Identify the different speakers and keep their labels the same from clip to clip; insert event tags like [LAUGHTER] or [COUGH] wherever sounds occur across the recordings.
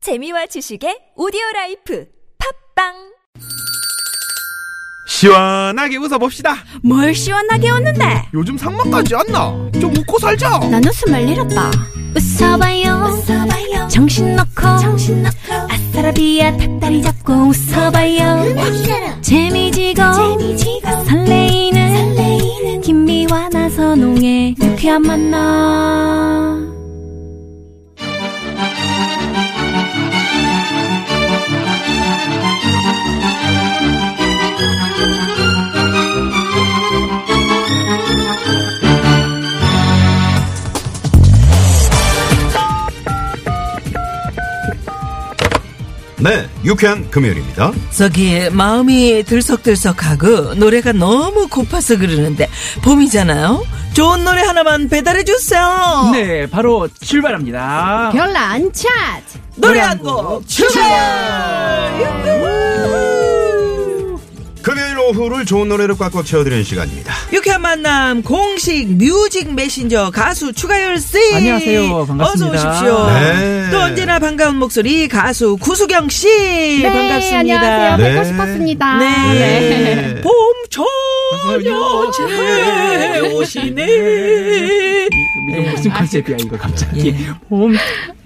Speaker 1: 재미와 지식의 오디오 라이프 팝빵
Speaker 2: 시원하게 웃어봅시다.
Speaker 3: 뭘 시원하게 웃는데
Speaker 2: 요즘 상만까지 안 나. 좀 웃고 살자.
Speaker 3: 난 웃음을 잃었다 웃어봐요, 정신 놓고 아싸라비아 닭다리 잡고 웃어봐요 재미지고, 설레이는, 김미와 나서 농에 유쾌한 만나
Speaker 4: 네, 유쾌한 금요일입니다.
Speaker 5: 저기 마음이 들썩들썩하고 노래가 너무 고파서 그러는데 봄이잖아요. 좋은 노래 하나만 배달해 주세요.
Speaker 6: 네, 바로 출발합니다.
Speaker 7: 별난 차트
Speaker 5: 노래 한곡 출발. 유후!
Speaker 4: 금요일 오후를 좋은 노래로 꽉꽉 채워드리는 시간입니다.
Speaker 5: 유쾌한 만남 공식 뮤직 메신저 가수 추가열 씨.
Speaker 6: 안녕하세요. 반갑습니다.
Speaker 5: 어서 오십시오.
Speaker 4: 네.
Speaker 5: 또 언제나 반가운 목소리 가수 구수경 씨
Speaker 7: 네,
Speaker 5: 반갑습니다.
Speaker 7: 안녕하세요
Speaker 4: 네.
Speaker 7: 뵙고 싶었습니다 아,
Speaker 5: 네.
Speaker 4: 네.
Speaker 5: 봄 저녁에 오시네.
Speaker 6: 이거 그 무슨 컨셉이야, 이거 갑자기.
Speaker 5: 예.
Speaker 6: 봄.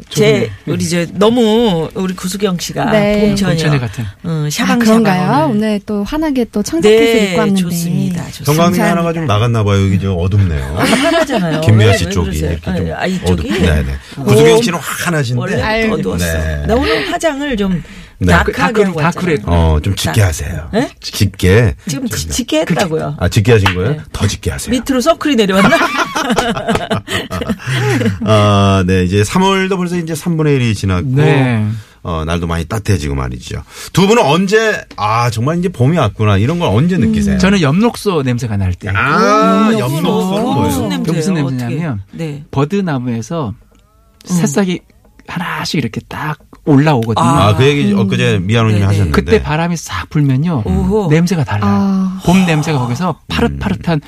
Speaker 5: 제 우리 저 너무 우리 구수경 씨가
Speaker 7: 네.
Speaker 5: 봄천여
Speaker 6: 봄천여 같은.
Speaker 5: 응,
Speaker 7: 아,
Speaker 5: 샤방샤방.
Speaker 7: 그런가요 오늘 또 환하게 또 청자켓을
Speaker 5: 네,
Speaker 7: 입고 왔는데
Speaker 5: 좋습니다. 좋습니다.
Speaker 4: 정감이 하나가 좀 나갔나 봐요. 여기 좀 어둡네요. [LAUGHS]
Speaker 5: 화나잖아요.
Speaker 4: 김미아
Speaker 5: 왜,
Speaker 4: 씨
Speaker 5: 왜
Speaker 4: 쪽이
Speaker 5: 그러세요?
Speaker 4: 이렇게 좀
Speaker 5: 아, 이쪽이
Speaker 4: 어둡고. 네네.
Speaker 5: 어,
Speaker 4: 구수경 씨는
Speaker 5: 원래
Speaker 4: 환하신데.
Speaker 7: 아유.
Speaker 5: 어두웠어.
Speaker 4: 네.
Speaker 5: 나 오늘 화장을 좀
Speaker 4: 네.
Speaker 5: 다크하게 하고
Speaker 6: 다크로, 다크로
Speaker 5: 왔잖아요.
Speaker 6: 했고.
Speaker 4: 어, 좀 짙게 하세요.
Speaker 5: 네?
Speaker 4: 짙게.
Speaker 5: 지금
Speaker 4: 좀-
Speaker 5: 지- 짙게 네. 했다고요.
Speaker 4: 아, 짙게 하신 거예요? 더 짙게 하세요.
Speaker 5: 밑으로 서클이 내려왔나?
Speaker 4: 아, 네. 이제 3월도 벌써 이제 3분의 1이 지났고.
Speaker 6: 네.
Speaker 4: 어, 날도 많이 따뜻해지고 말이죠. 두 분은 언제, 아, 정말 이제 봄이 왔구나. 이런 걸 언제 느끼세요?
Speaker 6: 저는 엽록소 냄새가 날 때.
Speaker 4: 아,
Speaker 5: 음,
Speaker 4: 엽록소는
Speaker 5: 엽록소.
Speaker 4: 뭐예요?
Speaker 5: 무슨 냄새예요?
Speaker 6: 그 무슨
Speaker 5: 어떻게?
Speaker 6: 냄새냐면
Speaker 5: 네.
Speaker 6: 버드나무에서 새싹이 하나씩 이렇게 딱 올라오거든요.
Speaker 4: 아, 그 얘기 엊그제 미아노님이
Speaker 5: 음. 네네.
Speaker 4: 하셨는데.
Speaker 6: 그때 바람이 싹 불면요.
Speaker 5: 오호.
Speaker 6: 냄새가 달라요.
Speaker 7: 아.
Speaker 6: 봄 냄새가 거기서 파릇파릇한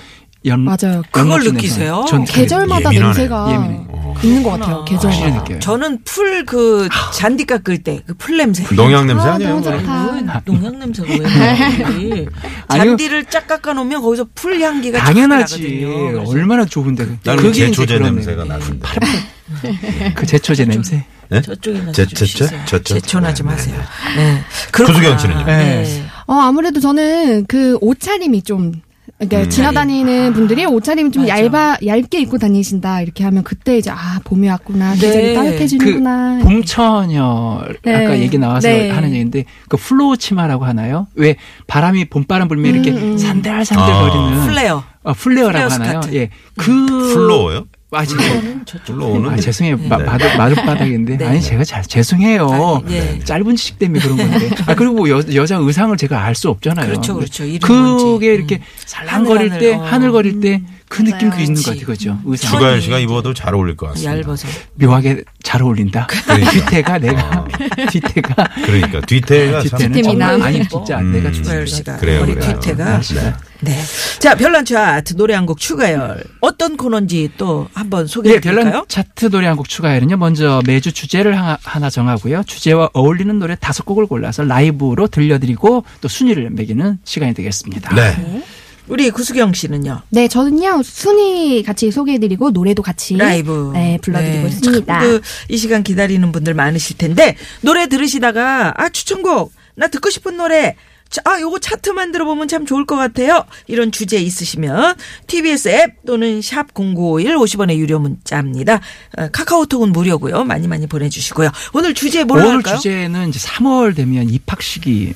Speaker 6: 연.
Speaker 7: 맞아요.
Speaker 5: 그걸
Speaker 6: 엽록소
Speaker 5: 느끼세요?
Speaker 6: 냄새. 전 그게
Speaker 7: 계절마다
Speaker 4: 예민하네.
Speaker 7: 냄새가
Speaker 6: 예민해.
Speaker 4: 어.
Speaker 7: 있는 것 같아요
Speaker 6: 확실히
Speaker 7: 계절마다
Speaker 6: 느껴요.
Speaker 5: 저는 풀 그 잔디 깎을 때 그 풀 냄새.
Speaker 4: 농약 냄새
Speaker 7: 아,
Speaker 4: 아니에요?
Speaker 7: 너무 좋다
Speaker 5: 왜 농약 냄새가 왜 나요? 예. 잔디를 쫙 깎아 놓으면 거기서 풀 향기가 쫙
Speaker 6: 당연하지.
Speaker 5: 나거든요. 그래서
Speaker 6: 얼마나 좋은데.
Speaker 4: 나는
Speaker 6: 그게 이제
Speaker 4: 제초제
Speaker 6: 그런
Speaker 4: 냄새가
Speaker 6: 냄새.
Speaker 4: 나는데.
Speaker 6: 그 제초제 냄새.
Speaker 4: 네?
Speaker 5: 저쪽이나
Speaker 4: 제-
Speaker 5: 좀
Speaker 4: 제-
Speaker 5: 쉬세요.
Speaker 4: 제- 제-
Speaker 5: 제초나 좀
Speaker 4: 네,
Speaker 5: 하세요. 네. 그렇구나.
Speaker 4: 구수경 씨는요?
Speaker 6: 네.
Speaker 7: 어 아무래도 저는 그 옷차림이 좀 그러니까
Speaker 4: 음,
Speaker 7: 지나다니는 분들이 옷차림이 좀
Speaker 5: 맞아.
Speaker 7: 얇아 얇게 입고 다니신다 이렇게 하면 그때 이제 아 봄이 왔구나
Speaker 5: 네.
Speaker 6: 그
Speaker 7: 계절이 따뜻해지는구나
Speaker 6: 봄천여
Speaker 7: 네.
Speaker 6: 아까 얘기 나와서
Speaker 7: 네.
Speaker 6: 하는 얘기인데 그 플로우 치마라고 하나요? 왜 바람이 봄바람 불면
Speaker 7: 음,
Speaker 6: 이렇게 산들산들
Speaker 4: 아.
Speaker 6: 거리는
Speaker 5: 플레어.
Speaker 6: 아, 플레어라고
Speaker 5: 플레어
Speaker 6: 하나요?
Speaker 5: 스커트. 음.
Speaker 6: 예. 그
Speaker 4: 플로어요?
Speaker 6: 아, 죄송해요.
Speaker 4: 플로어는?
Speaker 6: 아, 죄송해요. 마,
Speaker 4: 네.
Speaker 6: 마룻, 마룻바닥인데.
Speaker 5: 네.
Speaker 6: 아니, 제가 잘, 죄송해요. 네,
Speaker 5: 아니, 예.
Speaker 6: 짧은 지식 때문에 그런 건데. 아, 그리고 여, 여자 의상을 제가 알 수 없잖아요. 네.
Speaker 5: 그렇죠, 그렇죠. 이름 뭔지.
Speaker 6: 그게 이렇게
Speaker 5: 음.
Speaker 6: 살랑거릴
Speaker 5: 하늘,
Speaker 6: 때,
Speaker 5: 하늘, 어.
Speaker 6: 하늘거릴 때, 그 느낌 그 있는
Speaker 5: 그렇지.
Speaker 6: 것 같아요. 그죠? 의상.
Speaker 5: 추가-
Speaker 4: 주가열 씨가 입어도 잘 어울릴 것 같습니다.
Speaker 5: 얇아서.
Speaker 6: 묘하게 잘 어울린다.
Speaker 4: 그러니까.
Speaker 6: 뒤태가 내가,
Speaker 4: 어.
Speaker 6: [LAUGHS] 뒤태가.
Speaker 5: [LAUGHS]
Speaker 4: 그러니까
Speaker 5: 아,
Speaker 4: 뒤태가 참
Speaker 6: 뒤태는
Speaker 7: 뒤태미남.
Speaker 6: 정말 뭐 아니, 진짜
Speaker 4: 음.
Speaker 6: 내가
Speaker 5: 추가열
Speaker 6: 좋아요.
Speaker 5: 씨가
Speaker 4: 그래요,
Speaker 5: 머리
Speaker 4: 그래요.
Speaker 5: 뒤태가.
Speaker 4: 네.
Speaker 5: 네. 자, 별난 차트 노래 한 곡 추가열. 어떤 코너인지 또 한번 소개해
Speaker 6: 예,
Speaker 5: 드릴까요?
Speaker 6: 별난 차트 노래 한 곡 추가에는요. 먼저 매주 주제를 하나, 하나 정하고요. 주제와 어울리는 노래 다섯 곡을 골라서 라이브로 들려드리고 또 순위를 매기는 시간이 되겠습니다.
Speaker 4: 네.
Speaker 5: 우리 구수경 씨는요.
Speaker 7: 네, 저는요 순위 같이 소개해드리고 노래도 같이
Speaker 5: 라이브.
Speaker 7: 네 불러드리고
Speaker 5: 네.
Speaker 7: 있습니다.
Speaker 5: 참 그, 이 시간 기다리는 분들 많으실 텐데, 노래 들으시다가, 아, 추천곡, 나 듣고 싶은 노래, 자, 아, 요거 차트 만들어 보면 참 좋을 것 같아요. 이런 주제 있으시면, TBS 앱 또는 샵0951 50원의 유료 문자입니다. 어, 카카오톡은 무료고요 많이 많이 보내주시고요. 오늘 주제 뭘로
Speaker 6: 오늘
Speaker 5: 할까요?
Speaker 6: 주제는 이제 3월 되면 입학식이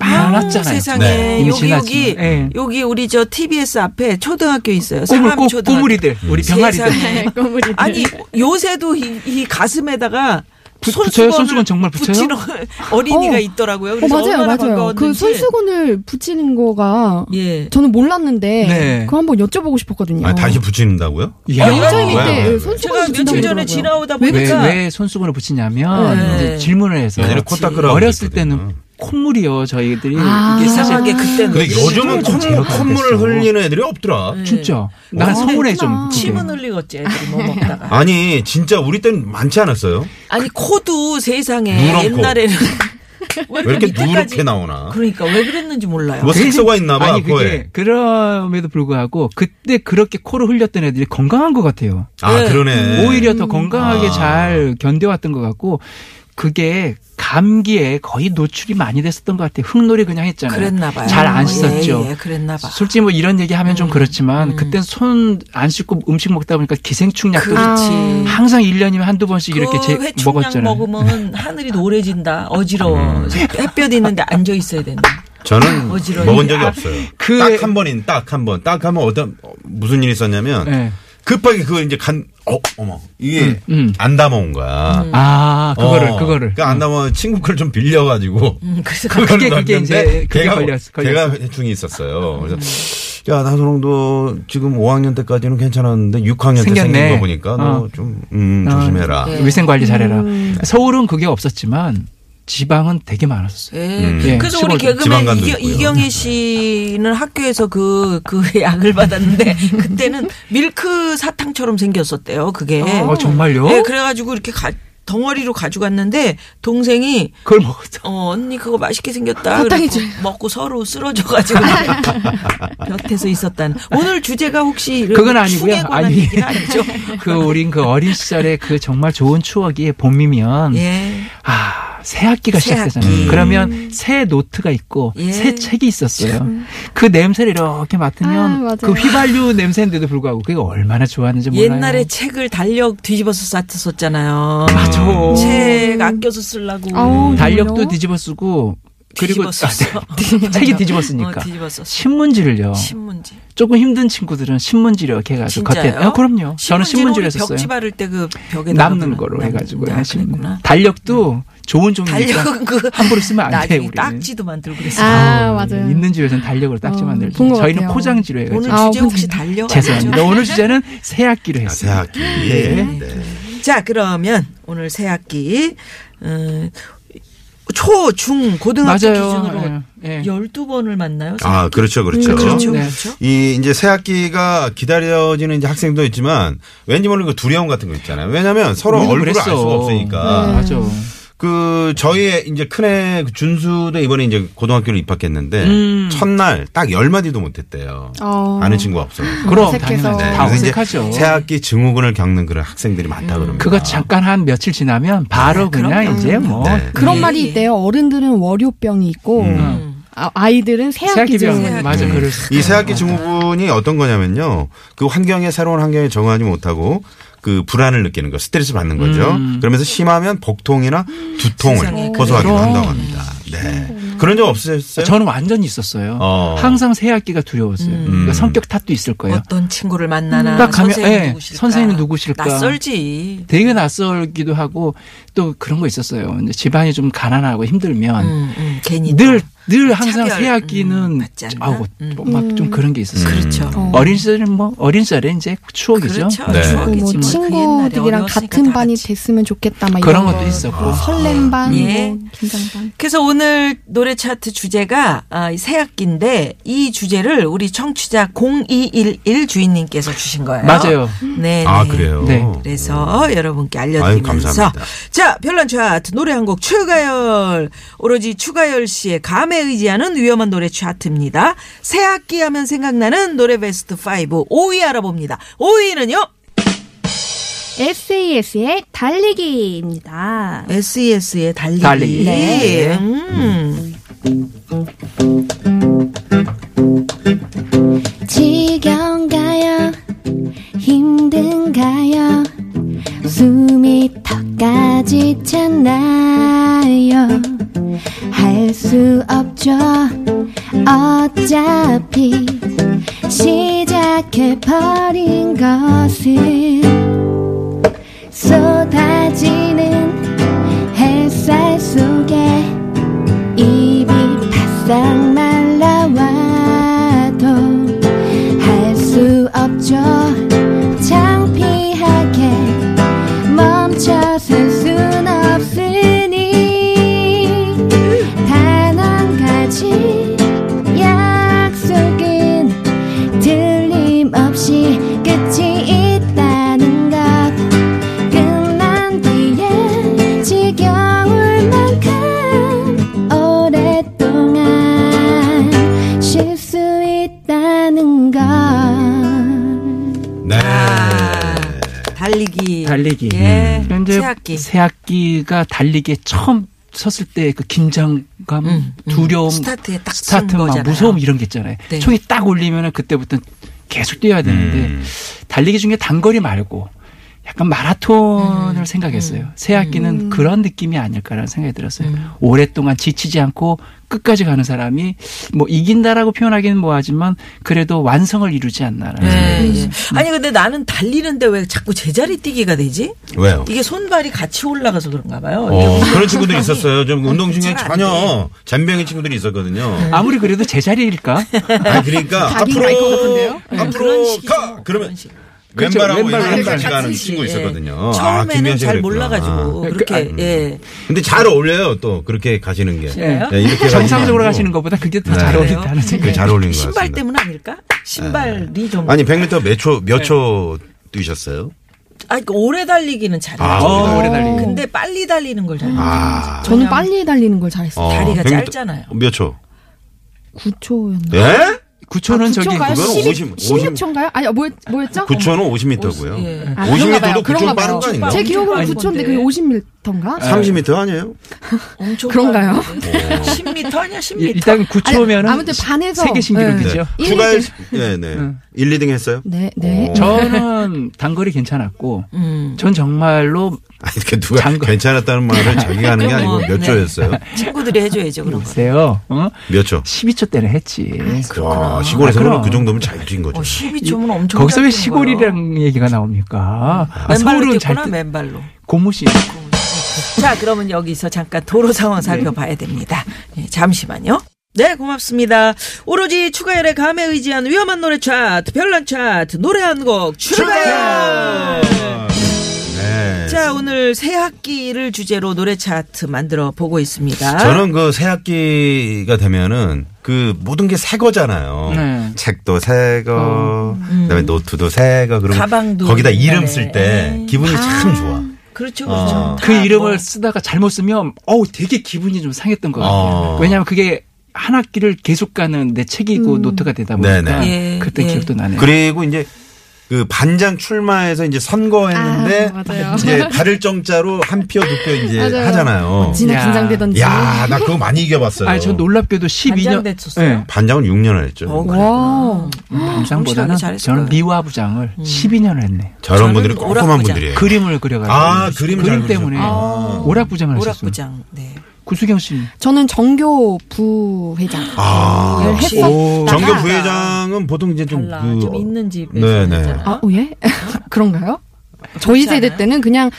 Speaker 5: 아우,
Speaker 6: 많았잖아요.
Speaker 5: 세상에.
Speaker 4: 네.
Speaker 6: 이미
Speaker 5: 여기,
Speaker 6: 지났지만.
Speaker 5: 여기,
Speaker 6: 예.
Speaker 5: 여기 우리 저 TBS 앞에 초등학교 있어요.
Speaker 6: 꼬물,
Speaker 5: 상암
Speaker 6: 꼬,
Speaker 5: 초등학교.
Speaker 6: 꼬물이들, 우리 병아리들.
Speaker 5: 세상에.
Speaker 7: [LAUGHS] 꼬물이들.
Speaker 5: 아니 요새도 이, 이 가슴에다가
Speaker 6: 부-
Speaker 5: 손수건을
Speaker 6: 예. 붙여요? 손수건 정말 붙여요?
Speaker 5: 붙이는 [LAUGHS] 어린이가
Speaker 7: 어.
Speaker 5: 있더라고요.
Speaker 7: 어,
Speaker 5: 그래서
Speaker 7: 맞아요,
Speaker 5: 얼마나
Speaker 7: 맞아요.
Speaker 5: 반가웠는지.
Speaker 7: 그 손수건을 붙이는 거가
Speaker 5: 예.
Speaker 7: 저는 몰랐는데
Speaker 6: 네.
Speaker 7: 그거 한번 여쭤보고 싶었거든요.
Speaker 4: 아, 다시 붙인다고요? 네.
Speaker 6: 이야.
Speaker 7: 여자일
Speaker 4: 왜, 왜,
Speaker 7: 때
Speaker 4: 왜.
Speaker 7: 손수건
Speaker 5: 제가
Speaker 7: 붙인다고
Speaker 5: 며칠 전에
Speaker 7: 그러더라고요.
Speaker 5: 지나오다
Speaker 6: 왜,
Speaker 5: 보니까
Speaker 6: 왜 손수건을 붙이냐면
Speaker 5: 네.
Speaker 6: 이제 질문을 해서
Speaker 4: 예전에 코 닦으라고
Speaker 6: 어렸을
Speaker 4: 그랬거든요.
Speaker 6: 때는 콧물이요 저희들이
Speaker 7: 아.
Speaker 6: 이게 사실
Speaker 5: 이상하게 그때는. 뭐
Speaker 4: 근데
Speaker 5: 음.
Speaker 4: 요즘은
Speaker 6: 좀
Speaker 4: 콧물,
Speaker 6: 제어가 안
Speaker 4: 콧물을
Speaker 6: 됐어.
Speaker 4: 흘리는 애들이 없더라.
Speaker 5: 네.
Speaker 6: 진짜 예. 난
Speaker 5: 와,
Speaker 6: 서운해 좀 그게.
Speaker 7: 그렇구나.
Speaker 5: 어, 침은 흘리겠지 애들이 뭐 먹다가.
Speaker 4: 아니 진짜 우리 때는 많지 않았어요.
Speaker 5: 아니
Speaker 6: 그
Speaker 5: 코도 세상에
Speaker 4: 누런 코.
Speaker 6: [LAUGHS]
Speaker 5: 옛날에는
Speaker 4: 왜 이렇게
Speaker 5: 밑에까지-
Speaker 4: 누렇게 나오나?
Speaker 5: 그러니까 왜 그랬는지 몰라요.
Speaker 4: 뭐 색소가 있나봐
Speaker 6: 아니
Speaker 4: 코에.
Speaker 6: 그게 그럼에도 불구하고 그때 그렇게 코로 흘렸던 애들이 건강한 것 같아요.
Speaker 4: 아
Speaker 5: 네.
Speaker 4: 그러네.
Speaker 6: 오히려 더 건강하게
Speaker 4: 아.
Speaker 6: 잘 견뎌왔던 것 같고 그게 감기에 거의 노출이 많이 됐었던 것 같아요. 흙놀이 그냥 했잖아요.
Speaker 5: 그랬나 봐요.
Speaker 6: 잘 안 씻었죠.
Speaker 5: 예, 예, 그랬나 봐. 음,
Speaker 6: 솔직히 뭐 이런 얘기 하면 좀 그렇지만 그땐 손 안 씻고 음식 먹다 보니까 기생충 약도
Speaker 5: 그렇지.
Speaker 7: 아.
Speaker 6: 항상 1년이면 한두 번씩 이렇게 제,
Speaker 5: 그 회충약
Speaker 6: 먹었잖아요. [LAUGHS]
Speaker 5: 먹으면 하늘이 노래진다. 어지러워.
Speaker 4: 음.
Speaker 5: 햇볕 있는데 앉아 있어야 된다.
Speaker 4: 저는
Speaker 5: 어지러워.
Speaker 4: 먹은 적이 없어요.
Speaker 6: 아, 그-
Speaker 4: 딱 한 번인 딱 한 번. 딱 한 번 어떤 어, 무슨 일이 있었냐면
Speaker 6: 네.
Speaker 4: 급하게 그걸 이제 간 어, 어머 이게
Speaker 6: 음.
Speaker 4: 안 담아온 거야.
Speaker 6: 아, 그거를,
Speaker 4: 어,
Speaker 6: 그거를.
Speaker 4: 그러니까 안 담아 친구 걸 좀 빌려가지고
Speaker 5: 음,
Speaker 4: [LAUGHS]
Speaker 5: 그래서
Speaker 4: 그걸
Speaker 6: 그게- 그게 이제 그게
Speaker 4: 걔가
Speaker 6: 걸렸- 음.
Speaker 4: 걔가
Speaker 6: 걸렸어.
Speaker 4: 해충이 있었어요. 그래서 야 나선홍도 지금 5학년 때까지는 괜찮았는데 6학년 때
Speaker 6: 생겼네.
Speaker 4: 생긴 거 보니까
Speaker 6: 어.
Speaker 4: 너좀 음,
Speaker 6: 어,
Speaker 4: 조심해라.
Speaker 5: 네. 음.
Speaker 6: 위생 관리 잘해라. 서울은 그게 없었지만 지방은 되게 많았어요.
Speaker 5: 예.
Speaker 4: 음.
Speaker 6: 예,
Speaker 5: 그래서 우리
Speaker 6: 시골도
Speaker 5: 개그맨
Speaker 4: 지방간도
Speaker 5: 이겨,
Speaker 4: 있고요.
Speaker 5: 이경혜 씨는 학교에서 그, 그 약을
Speaker 6: [LAUGHS]
Speaker 5: 받았는데 그때는 밀크 사탕처럼 생겼었대요. 그게.
Speaker 6: 어, 정말요?
Speaker 5: 예, 그래가지고 이렇게 가- 덩어리로 가져갔는데 동생이
Speaker 6: 그걸 먹었어.
Speaker 5: 어, 언니 그거 맛있게 생겼다.
Speaker 7: 사탕이죠.
Speaker 5: 그래갖고 먹고 서로
Speaker 6: [LAUGHS]
Speaker 5: 쓰러져가지고 곁에서 있었다는. 오늘 주제가 혹시 이런
Speaker 6: 그건 아니고요.
Speaker 5: 충에 관한
Speaker 6: 아니.
Speaker 5: 얘기는
Speaker 6: [LAUGHS]
Speaker 5: 아니죠.
Speaker 6: 그 우린 그 어린 시절에 그 정말 좋은 추억이 봄이면
Speaker 5: 예.
Speaker 6: 아, 새 학기가
Speaker 5: 새 학기. 음.
Speaker 6: 시작되잖아요. 그러면 새 노트가 있고
Speaker 5: 예.
Speaker 6: 새 책이 있었어요. 그 냄새를 이렇게
Speaker 7: 아,
Speaker 6: 맡으면
Speaker 7: 맞아요.
Speaker 6: 그 휘발유 냄새인데도 불구하고 그게 얼마나 좋았는지 몰라요.
Speaker 5: 옛날에 책을 달력 뒤집어서 쌌었잖아요.
Speaker 6: 맞아.
Speaker 5: 책 아껴서 쓰려고.
Speaker 7: 아우,
Speaker 6: 달력도
Speaker 7: 정말요?
Speaker 6: 뒤집어 쓰고 그리고
Speaker 5: 음. 뒤집었었어. [LAUGHS]
Speaker 6: 아, 책이 뒤집었으니까
Speaker 5: 어, 뒤집었었어.
Speaker 6: 신문지를요.
Speaker 5: 신문지.
Speaker 6: 조금 힘든 친구들은 신문지를 이렇게 해가지고
Speaker 5: 진짜요?
Speaker 6: 겉에 어, 그럼요. 저는 신문지를 했었어요.
Speaker 5: 벽지 바를 때 그 벽에
Speaker 6: 남는 거로 해가지고
Speaker 5: 아,
Speaker 6: 하시는
Speaker 5: 그랬구나. 음.
Speaker 6: 달력도 좋은 종류니까
Speaker 5: 달력은 그
Speaker 6: 함부로 쓰면 [LAUGHS] 안 돼
Speaker 5: 나중에
Speaker 6: 우리는. 네.
Speaker 5: 딱지도 만들고 그랬어요.
Speaker 7: 아, 맞아요.
Speaker 6: 있는 집에서는 달력으로 딱지
Speaker 7: 어,
Speaker 6: 만들죠.
Speaker 7: 본것
Speaker 6: 저희는
Speaker 7: 같아요.
Speaker 6: 포장지로 해가지고.
Speaker 5: 오늘
Speaker 7: 아,
Speaker 5: 주제 혹시
Speaker 7: 근데-
Speaker 5: 달력
Speaker 6: 그렇죠. 죄송합니다.
Speaker 5: 아니죠? [LAUGHS]
Speaker 6: 오늘 주제는 새 학기로
Speaker 4: 아, 새
Speaker 6: 했어요.
Speaker 4: 학기. 네. 네.
Speaker 5: 자 그러면 오늘 새 학기 음, 초, 중, 고등학교
Speaker 6: 맞아요.
Speaker 5: 기준으로
Speaker 6: 예, 예.
Speaker 5: 12번을 만나요?
Speaker 4: 아 그렇죠 그렇죠.
Speaker 6: 음,
Speaker 5: 그렇죠.
Speaker 6: 네.
Speaker 5: 그렇죠.
Speaker 4: 이 이제 새 학기가 기다려지는 이제 학생도 있지만 왠지 모르게 그 두려움 같은 거 있잖아요. 왜냐하면 서로
Speaker 6: 우리도
Speaker 4: 얼굴을 알
Speaker 6: 그랬어.
Speaker 4: 수가 없으니까.
Speaker 6: 네, 맞아.
Speaker 4: 그 저희의 이제 큰애 그 준수도 이번에 이제 고등학교를 입학했는데
Speaker 6: 음.
Speaker 4: 첫날 딱 열 마디도 못했대요.
Speaker 7: 어.
Speaker 4: 아는 친구가 없어요.
Speaker 6: 그럼
Speaker 7: 어색해서.
Speaker 6: 당연하죠.
Speaker 7: 네,
Speaker 6: 다
Speaker 4: 그래서 이제
Speaker 6: 어색하죠. 음.
Speaker 4: 새 학기 증후군을 겪는 그런 학생들이 많다 그럽니다.
Speaker 6: 그거 잠깐 한 며칠 지나면 바로 그냥
Speaker 5: 그럼요.
Speaker 6: 이제 뭐
Speaker 4: 네.
Speaker 7: 그런
Speaker 5: 예,
Speaker 7: 말이
Speaker 5: 예.
Speaker 7: 있대요. 어른들은 월요병이 있고
Speaker 4: 음.
Speaker 7: 아, 아이들은 새학기
Speaker 6: 새학기병
Speaker 7: 증후군.
Speaker 6: 맞아
Speaker 4: 네.
Speaker 6: 그럴 수
Speaker 4: 이 새학기 증후군이 어떤 거냐면요. 그 환경에 새로운 환경에 적응하지 못하고 그 불안을 느끼는 거, 스트레스 받는 거죠.
Speaker 6: 음.
Speaker 4: 그러면서 심하면 복통이나
Speaker 5: 세상에.
Speaker 4: 두통을 호소하기도
Speaker 6: 그럼.
Speaker 4: 한다고 합니다. 네. 그런 적 없으셨어요?
Speaker 6: 저는 완전히 있었어요.
Speaker 4: 어. 음.
Speaker 6: 항상 새 학기가 두려웠어요. 그러니까 성격 탓도 있을 거예요.
Speaker 5: 음. 어떤 친구를 만나나
Speaker 6: 딱 가면,
Speaker 5: 선생님
Speaker 6: 예,
Speaker 5: 누구실까?
Speaker 6: 선생님이
Speaker 5: 그러니까
Speaker 6: 누구실까?
Speaker 5: 낯설지.
Speaker 6: 되게 낯설기도 하고 또 그런 거 있었어요. 이제 집안이 좀 가난하고 힘들면
Speaker 5: 음, 음, 괜히 또.
Speaker 6: 늘 늘 항상
Speaker 5: 차별,
Speaker 6: 새
Speaker 5: 음,
Speaker 6: 학기는
Speaker 5: 받지 않나?
Speaker 6: 아우
Speaker 5: 음.
Speaker 6: 막 좀 그런 게
Speaker 4: 음.
Speaker 6: 있었어요.
Speaker 5: 그렇죠.
Speaker 6: 어린 시절은 뭐 어린 시절에 이제 추억이죠.
Speaker 5: 그렇죠.
Speaker 4: 네.
Speaker 7: 그리고
Speaker 5: 추억이지.
Speaker 7: 뭐
Speaker 5: 그 옛날에
Speaker 7: 친구들이랑
Speaker 5: 어려웠으니까
Speaker 7: 같은
Speaker 5: 다
Speaker 7: 반이
Speaker 5: 같이.
Speaker 7: 됐으면 좋겠다. 막
Speaker 6: 그런
Speaker 5: 아,
Speaker 7: 이런
Speaker 6: 것도
Speaker 7: 거.
Speaker 6: 있었고.
Speaker 7: 뭐 설렘 반,
Speaker 5: 예.
Speaker 7: 뭐 긴장 반.
Speaker 5: 그래서 오늘 노래 차트 주제가 아, 이새 학기인데 이 주제를 우리 청취자 0211 주인님께서 주신 거예요.
Speaker 6: 맞아요.
Speaker 5: 네.
Speaker 4: 아,
Speaker 5: 네.
Speaker 4: 그래요?
Speaker 6: 네.
Speaker 5: 그래서 여러분께
Speaker 4: 음. 아유,
Speaker 5: 알려드리면서
Speaker 4: 감사합니다.
Speaker 5: 자 별난 차트 노래 한 곡 추가열 오로지 추가열 씨의 감에 의지하는 위험한 노래 차트입니다. 새 학기 하면 생각나는 노래 베스트 5 5위 알아봅니다. 5위는요
Speaker 8: SES의
Speaker 5: 아,
Speaker 8: 달리기입니다.
Speaker 5: SES의 E 달리기.
Speaker 6: 달리기.
Speaker 5: 네. 음.
Speaker 8: 지겨운가요? 힘든가요? 숨이 턱까지 찼나요? 할 수 없죠. 어차피 시작해버린 것은 쏟아지는 햇살 속에 입이 바싹 말라와도 할 수 없죠 창피하게 멈춰설 순 없으니 단어
Speaker 4: 네.
Speaker 6: 네. 달리기.
Speaker 5: 예.
Speaker 6: 그러니까 이제
Speaker 5: 새학기.
Speaker 6: 새학기가 달리기에 처음 섰을 때 그 긴장감,
Speaker 5: 음, 음.
Speaker 6: 두려움,
Speaker 5: 스타트에 딱쓴
Speaker 6: 스타트 막
Speaker 5: 거잖아요.
Speaker 6: 무서움 이런 게 있잖아요.
Speaker 5: 네.
Speaker 6: 총이 딱 올리면 그때부터 계속 뛰어야 되는데
Speaker 4: 음.
Speaker 6: 달리기 중에 단거리 말고 약간 마라톤을
Speaker 5: 음,
Speaker 6: 생각했어요.
Speaker 5: 음,
Speaker 6: 새학기는
Speaker 7: 음.
Speaker 6: 그런 느낌이 아닐까라는 생각이 들었어요.
Speaker 5: 음.
Speaker 6: 오랫동안 지치지 않고 끝까지 가는 사람이 뭐 이긴다라고 표현하기는 뭐하지만 그래도 완성을 이루지 않나라는 생각이
Speaker 5: 네. 아니 근데 나는 달리는데 왜 자꾸 제자리 뛰기가 되지?
Speaker 4: 왜요?
Speaker 5: 이게 손발이 같이 올라가서 그런가 봐요.
Speaker 4: 어, 그런 친구들이 있었어요. 좀 운동 신경이
Speaker 5: 잘안
Speaker 4: 전혀 잔병인 친구들이 있었거든요.
Speaker 6: 아무리
Speaker 5: [LAUGHS]
Speaker 6: 그래도 제자리일까?
Speaker 4: 아 그러니까
Speaker 7: 자기
Speaker 4: 앞으로
Speaker 7: 갈것 같은데요?
Speaker 5: 네, 그런
Speaker 4: 앞으로
Speaker 5: 식이죠.
Speaker 4: 가 그러면
Speaker 5: 그런 식.
Speaker 6: 그렇죠.
Speaker 4: 왼발하고
Speaker 6: 왼발,
Speaker 4: 왼발
Speaker 6: 왼발.
Speaker 4: 같이 가는
Speaker 5: 같이,
Speaker 4: 친구
Speaker 5: 예.
Speaker 4: 있었거든요. 아,
Speaker 5: 처음에는
Speaker 4: 김희아 씨가
Speaker 5: 잘
Speaker 4: 그랬구나.
Speaker 5: 몰라가지고
Speaker 6: 아.
Speaker 5: 그렇게
Speaker 6: 그,
Speaker 5: 예.
Speaker 4: 근데 잘 어울려요 또 네, 그렇게 가시는 게
Speaker 5: 그래요?
Speaker 4: 예, 이렇게
Speaker 6: 정상적으로 가시는 것보다 그게 더 잘
Speaker 4: 네.
Speaker 6: 어울린다는
Speaker 5: 그래요?
Speaker 6: 생각이
Speaker 4: 그게 잘 어울리는 것
Speaker 5: 신발
Speaker 4: 같습니다. 네.
Speaker 5: 때문 아닐까? 신발이 좀
Speaker 4: 아니 100m 몇초몇초 뛰셨어요?
Speaker 5: 아, 그 오래 달리기는 잘해요.
Speaker 4: 아, 오래 달리기.
Speaker 6: 오래 달리기.
Speaker 5: 근데 빨리 달리는 걸 잘해요.
Speaker 4: 아
Speaker 7: 저는
Speaker 5: 어. 그냥-
Speaker 7: 빨리 달리는 걸 잘했어요.
Speaker 4: 어,
Speaker 5: 다리가
Speaker 4: 100m
Speaker 5: 짧잖아요.
Speaker 4: 몇 초?
Speaker 5: 아,
Speaker 7: 9초였나?
Speaker 4: 예?
Speaker 6: 9초는 저기
Speaker 7: 아, 9초인가요?
Speaker 4: 그거는
Speaker 7: 16,
Speaker 4: 50,
Speaker 7: 16초인가요? 아니, 뭐, 뭐였죠?
Speaker 4: 9초는 50m고요.
Speaker 6: 네.
Speaker 5: 예.
Speaker 7: 아,
Speaker 4: 50m 도 그쪽
Speaker 7: 그런가 봐요. 그런가
Speaker 4: 빠른 아,
Speaker 7: 봐요.
Speaker 4: 거 아닌가?
Speaker 7: 제 기억으로
Speaker 5: 엄청
Speaker 7: 9초인데
Speaker 5: 빠른데.
Speaker 7: 그게 50m인가?
Speaker 4: 30m 아니에요?
Speaker 5: 엄청
Speaker 7: 그런가요?
Speaker 4: 어.
Speaker 5: 빠른데. 10m 아니야 10m.
Speaker 6: 예, 일단 9초면
Speaker 7: 아무튼 반에서
Speaker 6: 세계 신기록
Speaker 7: 네.
Speaker 6: 이죠
Speaker 7: 일,
Speaker 4: 추가열
Speaker 7: 이등.
Speaker 4: 예, 네. 1, 2등 했어요?
Speaker 7: 네, 네.
Speaker 4: 오.
Speaker 6: 저는 단거리 괜찮았고
Speaker 5: 음.
Speaker 6: 전 정말로
Speaker 4: 아니, 그 누가
Speaker 6: 장거-
Speaker 4: 괜찮았다는 말을 자기가 하는 게 아니고
Speaker 5: 그럼요.
Speaker 4: 몇
Speaker 5: 네.
Speaker 4: 초였어요?
Speaker 5: 친구들이 해줘야죠 그런 거.
Speaker 6: 보세요. 어?
Speaker 4: 몇 초?
Speaker 6: 12초 때는 했지.
Speaker 4: 와, 시골에서
Speaker 6: 아,
Speaker 4: 아, 그럼
Speaker 6: 그럼.
Speaker 4: 그 정도면 잘 뛴
Speaker 5: 어,
Speaker 4: 거죠.
Speaker 5: 12초면 엄청
Speaker 6: 아, 거기서
Speaker 5: 짧은 거예요.
Speaker 6: 왜 시골이라는 얘기가 나옵니까? 아,
Speaker 5: 맨발로
Speaker 6: 서울은 잘
Speaker 5: 뛰었구나
Speaker 6: 뛰-
Speaker 5: 맨발로.
Speaker 6: 고무신.
Speaker 5: 자, 그러면 여기서 잠깐 도로
Speaker 4: 네.
Speaker 5: 상황 살펴봐야 됩니다. 예, 잠시만요. 네, 고맙습니다. 오로지 추가열의 감에 의지한 위험한 노래 차트, 별난 차트, 노래 한 곡 추가열!
Speaker 4: 네.
Speaker 5: 자, 오늘 새 학기를 주제로 노래 차트 만들어 보고 있습니다.
Speaker 4: 저는 그 새 학기가 되면은 그 모든 게 새 거잖아요.
Speaker 6: 네. 어.
Speaker 4: 책도 새 거, 그다음에 노트도 새 거, 그리고
Speaker 5: 가방도
Speaker 4: 거기다
Speaker 5: 옛날에. 네.
Speaker 4: 이름 쓸 때
Speaker 5: 에이.
Speaker 4: 기분이 참 좋아.
Speaker 5: 그렇죠, 그렇죠.
Speaker 4: 어.
Speaker 5: 다
Speaker 6: 그 이름을
Speaker 5: 뭐
Speaker 6: 쓰다가 잘못 쓰면 어우 되게 기분이 좀 상했던 것 같아요.
Speaker 4: 어.
Speaker 6: 왜냐하면 그게 한 학기를 계속 가는 내 책이고 노트가 되다 보니까
Speaker 5: 네네. 예,
Speaker 6: 그때
Speaker 5: 예.
Speaker 6: 기억도 나네요.
Speaker 4: 그리고 이제 그 반장 출마해서 이제 선거했는데
Speaker 7: 아, 맞아요.
Speaker 4: 이제 다를 정자로 한 표 두 표 이제
Speaker 7: 맞아요.
Speaker 4: 하잖아요.
Speaker 7: 어. 지나
Speaker 6: 야.
Speaker 7: 긴장되던지.
Speaker 4: 어. 야, 나 그거 많이 이겨봤어요.
Speaker 6: 아니 저 놀랍게도 12년 예.
Speaker 5: 반장됐었어요?
Speaker 4: 반장은 6년을 했죠.
Speaker 5: 어, 그래.
Speaker 7: 와.
Speaker 5: 엄청나게
Speaker 6: 반장보다는
Speaker 5: 잘했을
Speaker 6: 저는
Speaker 5: 거예요. 음.
Speaker 6: 미화 부장을 12년을 했네.
Speaker 4: 저런
Speaker 5: 저는
Speaker 4: 분들이 꼼꼼한
Speaker 5: 오락부장.
Speaker 4: 분들이에요.
Speaker 6: 그림을 그려가지고
Speaker 4: 아, 그림을 잘
Speaker 6: 때문에 오락 부장을
Speaker 5: 아.
Speaker 6: 했었어요.
Speaker 5: 오락부장. 네.
Speaker 6: 구수경 씨
Speaker 7: 저는 정교 부회장.
Speaker 4: 아,
Speaker 7: 을
Speaker 5: 역시.
Speaker 7: 했었다가.
Speaker 4: 정교 부회장은 보통 이제 좀
Speaker 5: 달라.
Speaker 4: 그,
Speaker 5: 좀 있는 집에서
Speaker 4: 네네.
Speaker 5: 하잖아.
Speaker 7: 아, 어, 예? [LAUGHS] 그런가요? 저희
Speaker 5: 그렇지
Speaker 7: 세대
Speaker 5: 않아요?
Speaker 7: 때는 그냥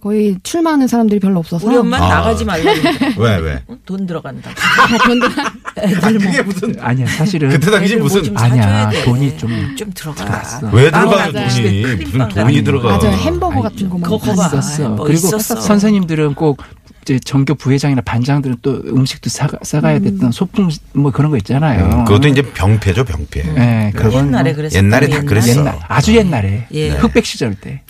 Speaker 7: 거의 출마하는 사람들이 별로 없어서.
Speaker 5: 우리 엄마
Speaker 4: 아.
Speaker 5: 나가지 말라고. 그러는데.
Speaker 4: [LAUGHS] 왜, 왜?
Speaker 5: 응? 돈 들어간다.
Speaker 4: [LAUGHS] 아, 그게 무슨,
Speaker 6: 아니야 뭐. 사실은
Speaker 4: [LAUGHS] 그때 당시 무슨,
Speaker 5: 뭐좀
Speaker 6: 아니야
Speaker 5: 사줘야 돼. 네.
Speaker 6: 돈이 좀
Speaker 5: 좀 들어가.
Speaker 6: 아,
Speaker 5: 네,
Speaker 4: 왜
Speaker 5: 빵
Speaker 4: 들어가요,
Speaker 5: 사줘야
Speaker 6: 네,
Speaker 4: 돈이?
Speaker 5: 돼.
Speaker 4: 무슨
Speaker 5: 크림빵
Speaker 4: 돈이
Speaker 5: 사줘야 돼.
Speaker 4: 들어가.
Speaker 7: 맞아요.
Speaker 4: 아,
Speaker 7: 햄버거
Speaker 6: 아니,
Speaker 7: 같은 것만.
Speaker 5: 그거
Speaker 7: 먹었어요.
Speaker 5: 봐.
Speaker 6: 있었어.
Speaker 5: 뭐
Speaker 6: 그리고
Speaker 5: 있었어.
Speaker 6: 선생님들은 꼭 이제 전교 부회장이나 반장들은 또 음식도 싸가, 싸가야 됐던 소풍 뭐 그런 거 있잖아요.
Speaker 4: 음, 그것도 이제 병폐죠, 병폐.
Speaker 6: 예, 그건
Speaker 5: 옛날에
Speaker 6: 뭐
Speaker 5: 그랬어.
Speaker 4: 옛날에 다 그랬어.
Speaker 6: 옛날 아주 옛날에
Speaker 5: 예.
Speaker 6: 흑백 시절 때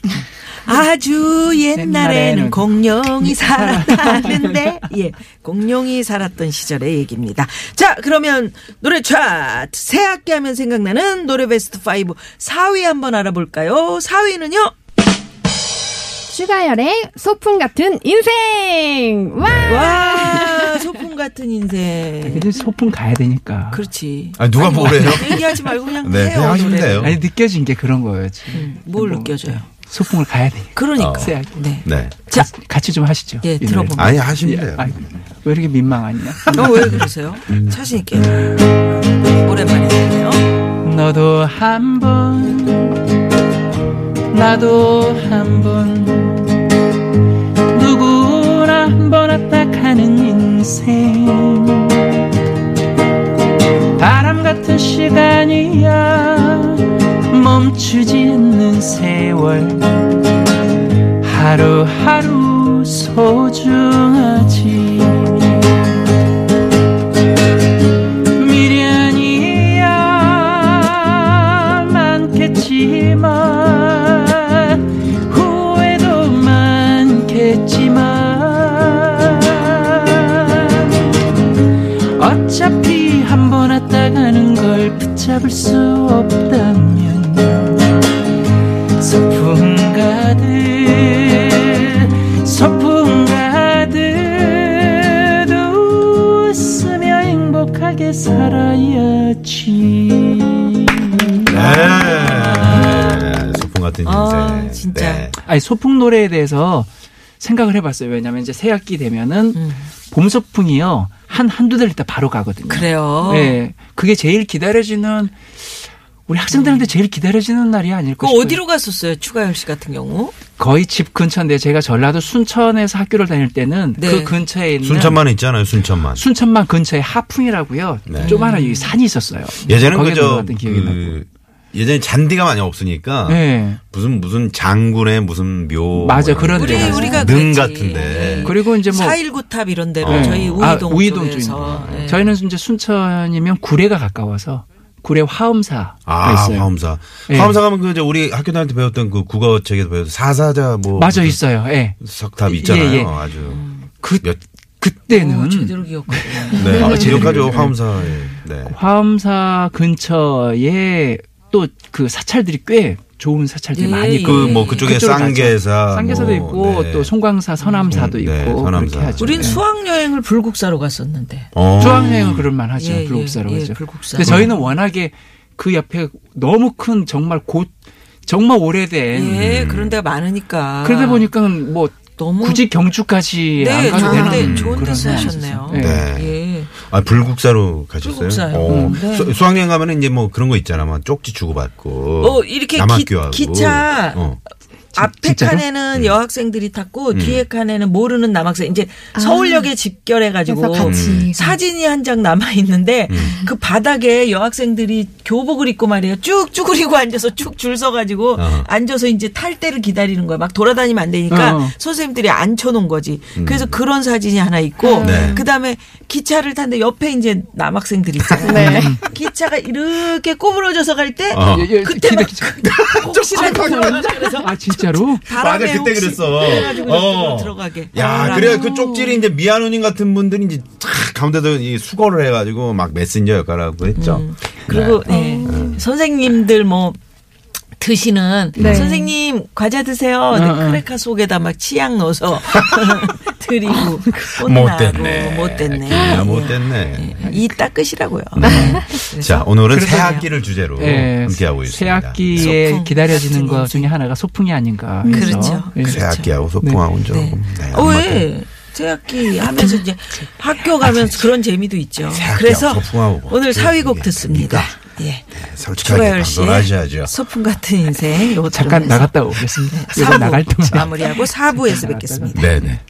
Speaker 5: 아주 옛날에는 그 음.
Speaker 6: 옛날에는
Speaker 5: 공룡이 [LAUGHS] 살았다는데 예 공룡이 살았던 시절의 얘기입니다. 자 그러면 노래 차트 새학기 하면 생각나는 노래 베스트 5 4위 한번 알아볼까요? 4위는요
Speaker 7: 슈가열의 소풍 같은 인생! 와!
Speaker 5: 와 소풍 같은 인생.
Speaker 6: 이제 소풍 가야 되니까.
Speaker 5: 예. 그렇지.
Speaker 4: 아니, 누가 뭐래요?
Speaker 5: 얘기하지 말고 그냥
Speaker 4: 네,
Speaker 5: 해요.
Speaker 4: 그냥 하시면
Speaker 5: 노래를. 음,
Speaker 4: 돼요.
Speaker 6: 아니 느껴진 게 그런 거였지.
Speaker 5: 뭘 느껴져요?
Speaker 6: 뭐, 네. 소풍을 가야 되니까.
Speaker 5: 그러니까.
Speaker 6: 어.
Speaker 5: 네.
Speaker 4: 네.
Speaker 5: 자,
Speaker 6: 같이- 같이 좀 하시죠.
Speaker 5: 예,
Speaker 6: 이 노래.
Speaker 5: 들어봅니다.
Speaker 4: 아니, 하시면 돼요.
Speaker 6: 아이고, 왜 이렇게 민망하냐?
Speaker 5: 어, 왜 그러세요?
Speaker 6: 음.
Speaker 5: 자신 있게. 오랜만에 들네요.
Speaker 6: 너도 한번 나도 한번 누구나 한번 왔다 가는 인생 바람 같은 시간이야 멈추지 않는 세월 하루하루 소중하지 미련이야 많겠지만 후회도 많겠지만 어차피 한 번 왔다 가는 걸 붙잡을 수 없다면 소풍 가듯
Speaker 4: 네.
Speaker 6: 아,
Speaker 5: 진짜.
Speaker 4: 네.
Speaker 6: 아니 소풍 노래에 대해서 생각을 해봤어요. 왜냐하면 이제 새학기 되면은
Speaker 5: 음.
Speaker 6: 봄 소풍이요 한 한두 달 있다 바로 가거든요.
Speaker 5: 그래요.
Speaker 6: 네, 그게 제일 기다려지는 우리 학생들한테 제일 기다려지는 날이 아닐까
Speaker 5: 그
Speaker 6: 싶어요.
Speaker 5: 음. 어디로 갔었어요? 추가열 씨 같은 경우?
Speaker 6: 거의 집 근처인데 제가 전라도 순천에서 학교를 다닐 때는
Speaker 5: 네.
Speaker 6: 그 근처에 있는
Speaker 4: 순천만 있잖아요. 순천만.
Speaker 6: 순천만 근처에 하풍이라고요.
Speaker 4: 네.
Speaker 6: 조그마한 이 산이 있었어요.
Speaker 4: 예전엔
Speaker 6: 거기에
Speaker 4: 그저 아.
Speaker 6: 놀러갔던 기억이 나고.
Speaker 4: 그 예전에 잔디가 많이 없으니까
Speaker 6: 네.
Speaker 4: 무슨 무슨 장군의 무슨 묘
Speaker 6: 맞아,
Speaker 4: 뭐
Speaker 6: 그런
Speaker 4: 이런
Speaker 6: 데가
Speaker 5: 우리
Speaker 6: 있어요.
Speaker 5: 우리가
Speaker 4: 능
Speaker 5: 그랬지.
Speaker 4: 같은데.
Speaker 6: 그리고 이제 뭐
Speaker 5: 4.19 탑 이런 데로
Speaker 4: 어.
Speaker 5: 저희 우이동
Speaker 6: 아, 우이동
Speaker 5: 쪽에서.
Speaker 6: 쪽입니다.
Speaker 5: 예.
Speaker 6: 저희는 이제 순천이면 구례가 가까워서 구례 화엄사가
Speaker 4: 아,
Speaker 6: 있어요.
Speaker 4: 화엄사.
Speaker 6: 예.
Speaker 4: 화엄사 가면 그 이제 우리 학교 다닐 때 배웠던 그 국어 책에서 배웠던 사사자 뭐
Speaker 6: 맞아
Speaker 4: 무슨
Speaker 6: 있어요. 예.
Speaker 4: 석탑 있잖아요.
Speaker 6: 예, 예.
Speaker 4: 아주
Speaker 6: 그
Speaker 4: 몇-
Speaker 5: 오,
Speaker 6: 그때는
Speaker 5: 어,
Speaker 6: 음.
Speaker 5: 제대로 기억하고.
Speaker 4: 네. 아,
Speaker 6: 제대로
Speaker 4: 기억하죠.
Speaker 6: 기억해요.
Speaker 4: 화엄사에. 네.
Speaker 6: 음. 화엄사 근처에 또 그 사찰들이 꽤 좋은 사찰들이
Speaker 5: 예,
Speaker 6: 많이
Speaker 5: 예.
Speaker 6: 있고
Speaker 4: 그 뭐 그쪽에
Speaker 6: 음. 그쪽으로 가죠.
Speaker 4: 쌍계사 뭐,
Speaker 6: 쌍계사도 있고
Speaker 4: 네.
Speaker 6: 또 송광사 선암사도
Speaker 4: 음,
Speaker 6: 있고
Speaker 4: 네,
Speaker 6: 그렇게
Speaker 4: 선암사.
Speaker 6: 하죠.
Speaker 5: 우린
Speaker 6: 네.
Speaker 5: 수학여행을 불국사로 갔었는데.
Speaker 4: 어.
Speaker 6: 수학여행은 그럴 만하죠.
Speaker 5: 예, 예,
Speaker 6: 아, 불국사로
Speaker 5: 예,
Speaker 6: 가죠.
Speaker 5: 불국사.
Speaker 6: 근데 저희는 워낙에 그 옆에 너무 큰 정말 곧 정말 오래된
Speaker 5: 예, 그런 데가 많으니까.
Speaker 6: 음. 그러다 보니까 뭐
Speaker 5: 너무
Speaker 6: 굳이 경주까지 안
Speaker 5: 네,
Speaker 6: 가도
Speaker 5: 좋은데
Speaker 6: 되는
Speaker 5: 좋은 데
Speaker 6: 그런 상황이
Speaker 5: 쓰셨네요.
Speaker 6: 있었어요. 네.
Speaker 4: 네.
Speaker 5: 예.
Speaker 4: 아, 불국사로 가셨어요?
Speaker 5: 불국사요.
Speaker 4: 어.
Speaker 5: 음, 네.
Speaker 4: 수, 수학여행 가면은 이제 뭐 그런 거 있잖아. 막 쪽지 주고받고.
Speaker 5: 어, 이렇게
Speaker 4: 남학교하고.
Speaker 5: 기, 기차
Speaker 4: 어.
Speaker 5: 앞에
Speaker 6: 진짜로? 네. 음.
Speaker 5: 칸에는 여학생들이 탔고 뒤에 칸에는 모르는 남학생 이제
Speaker 7: 아.
Speaker 5: 서울역에 집결해
Speaker 7: 그래서
Speaker 5: 가지고
Speaker 4: 음.
Speaker 6: 음.
Speaker 7: 같이
Speaker 5: 사진이 한 장 남아 있는데 그 바닥에 여학생들이 교복을 입고 말이에요 쭉 쭈그리고 앉아서 쭉 줄 서가지고
Speaker 4: 어.
Speaker 5: 앉아서 이제 탈 때를 기다리는 거야 막 돌아다니면 안 되니까
Speaker 6: 어.
Speaker 5: 선생님들이 앉혀놓은 거지
Speaker 6: 음.
Speaker 5: 그래서 그런 사진이 하나
Speaker 7: 어.
Speaker 5: 있고
Speaker 4: 네.
Speaker 5: 그 다음에 기차를 탔는데 옆에 이제 남학생들이 있잖아요
Speaker 7: [LAUGHS] 네.
Speaker 5: 기차가 이렇게 꼬부러져서 갈 때
Speaker 4: 어.
Speaker 6: 예, 예,
Speaker 5: 그때
Speaker 6: 기대-
Speaker 5: 막 [LAUGHS] 혹시라도 아, 그래서
Speaker 6: 아 진짜로?
Speaker 5: 바람에
Speaker 4: 맞아, 그때
Speaker 5: 혹시
Speaker 4: 그랬어.
Speaker 5: 그래가지고
Speaker 4: 어.
Speaker 5: 들어가게.
Speaker 4: 야, 그래 그 쪽지를 이제 미아누님 같은 분들이 이제 탁 가운데도 이 수거를 해가지고 막 메신저 역할하고 했죠. 네.
Speaker 5: 그리고 예. 선생님들 뭐 드시는
Speaker 7: 네.
Speaker 5: 선생님 과자 드세요.
Speaker 4: 어,
Speaker 5: 근데 크레카 속에다 막 치약
Speaker 4: [LAUGHS]
Speaker 5: 넣어서 드리고
Speaker 4: 못
Speaker 5: 혼나고
Speaker 4: 됐네.
Speaker 5: 못 됐네.
Speaker 4: 그냥 못
Speaker 5: 예.
Speaker 4: 됐네. 네.
Speaker 5: 이 따끝이라고요. 네.
Speaker 4: 자, 오늘은 새
Speaker 5: 그래서요.
Speaker 4: 학기를 주제로
Speaker 6: 예,
Speaker 4: 네, 함께 하고 있습니다. 네,
Speaker 6: 새 학기에
Speaker 5: 소풍
Speaker 6: 기다려지는
Speaker 5: 같은
Speaker 6: 것
Speaker 5: 인생.
Speaker 6: 중에 하나가 소풍이 아닌가. 해서.
Speaker 5: 그렇죠.
Speaker 6: 예.
Speaker 4: 새 학기하고 소풍하고 는 조금. 네,
Speaker 5: 어,
Speaker 4: 안 맞고.
Speaker 5: 왜? 새학기 하면서 이제 학교 가면
Speaker 4: 아,
Speaker 5: 그런 재미도 있죠.
Speaker 4: 새학기하고
Speaker 5: 그래서
Speaker 4: 소풍하고 뭐
Speaker 5: 오늘
Speaker 4: 어떻게
Speaker 5: 사위곡
Speaker 4: 이게
Speaker 5: 듣습니다.
Speaker 4: 됩니까?
Speaker 5: 예.
Speaker 4: 솔직하게
Speaker 5: 추가열 씨의
Speaker 4: 방송하셔야죠.
Speaker 5: 소풍 같은 인생 요거
Speaker 6: 잠깐
Speaker 5: 들으면서 네,
Speaker 6: 나갔다 오겠습니다. 요거
Speaker 5: 사부
Speaker 6: 나갈 동안.
Speaker 5: 마무리하고 4부에서 뵙겠습니다.
Speaker 4: 네네.